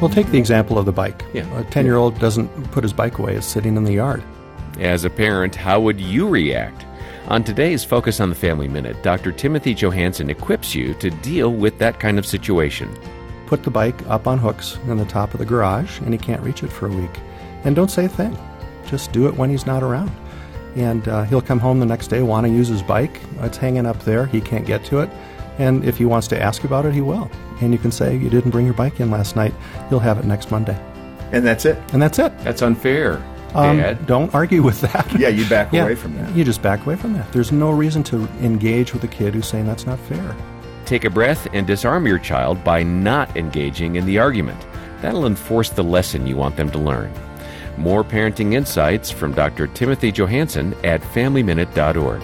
Well, take the example of the bike. Yeah. A 10 year old doesn't put his bike away, it's sitting in the yard. As a parent, how would you react? On today's Focus on the Family Minute, Dr. Timothy Johansen equips you to deal with that kind of situation. Put the bike up on hooks in the top of the garage and he can't reach it for a week. And don't say a thing. Just do it when he's not around. And uh, he'll come home the next day, want to use his bike. It's hanging up there. He can't get to it. And if he wants to ask about it, he will. And you can say, You didn't bring your bike in last night. You'll have it next Monday. And that's it. And that's it. That's unfair, Um, Dad. Don't argue with that. Yeah, you back Yeah, away from that. You just back away from that. There's no reason to engage with a kid who's saying that's not fair. Take a breath and disarm your child by not engaging in the argument. That'll enforce the lesson you want them to learn. More parenting insights from Dr. Timothy Johansen at FamilyMinute.org.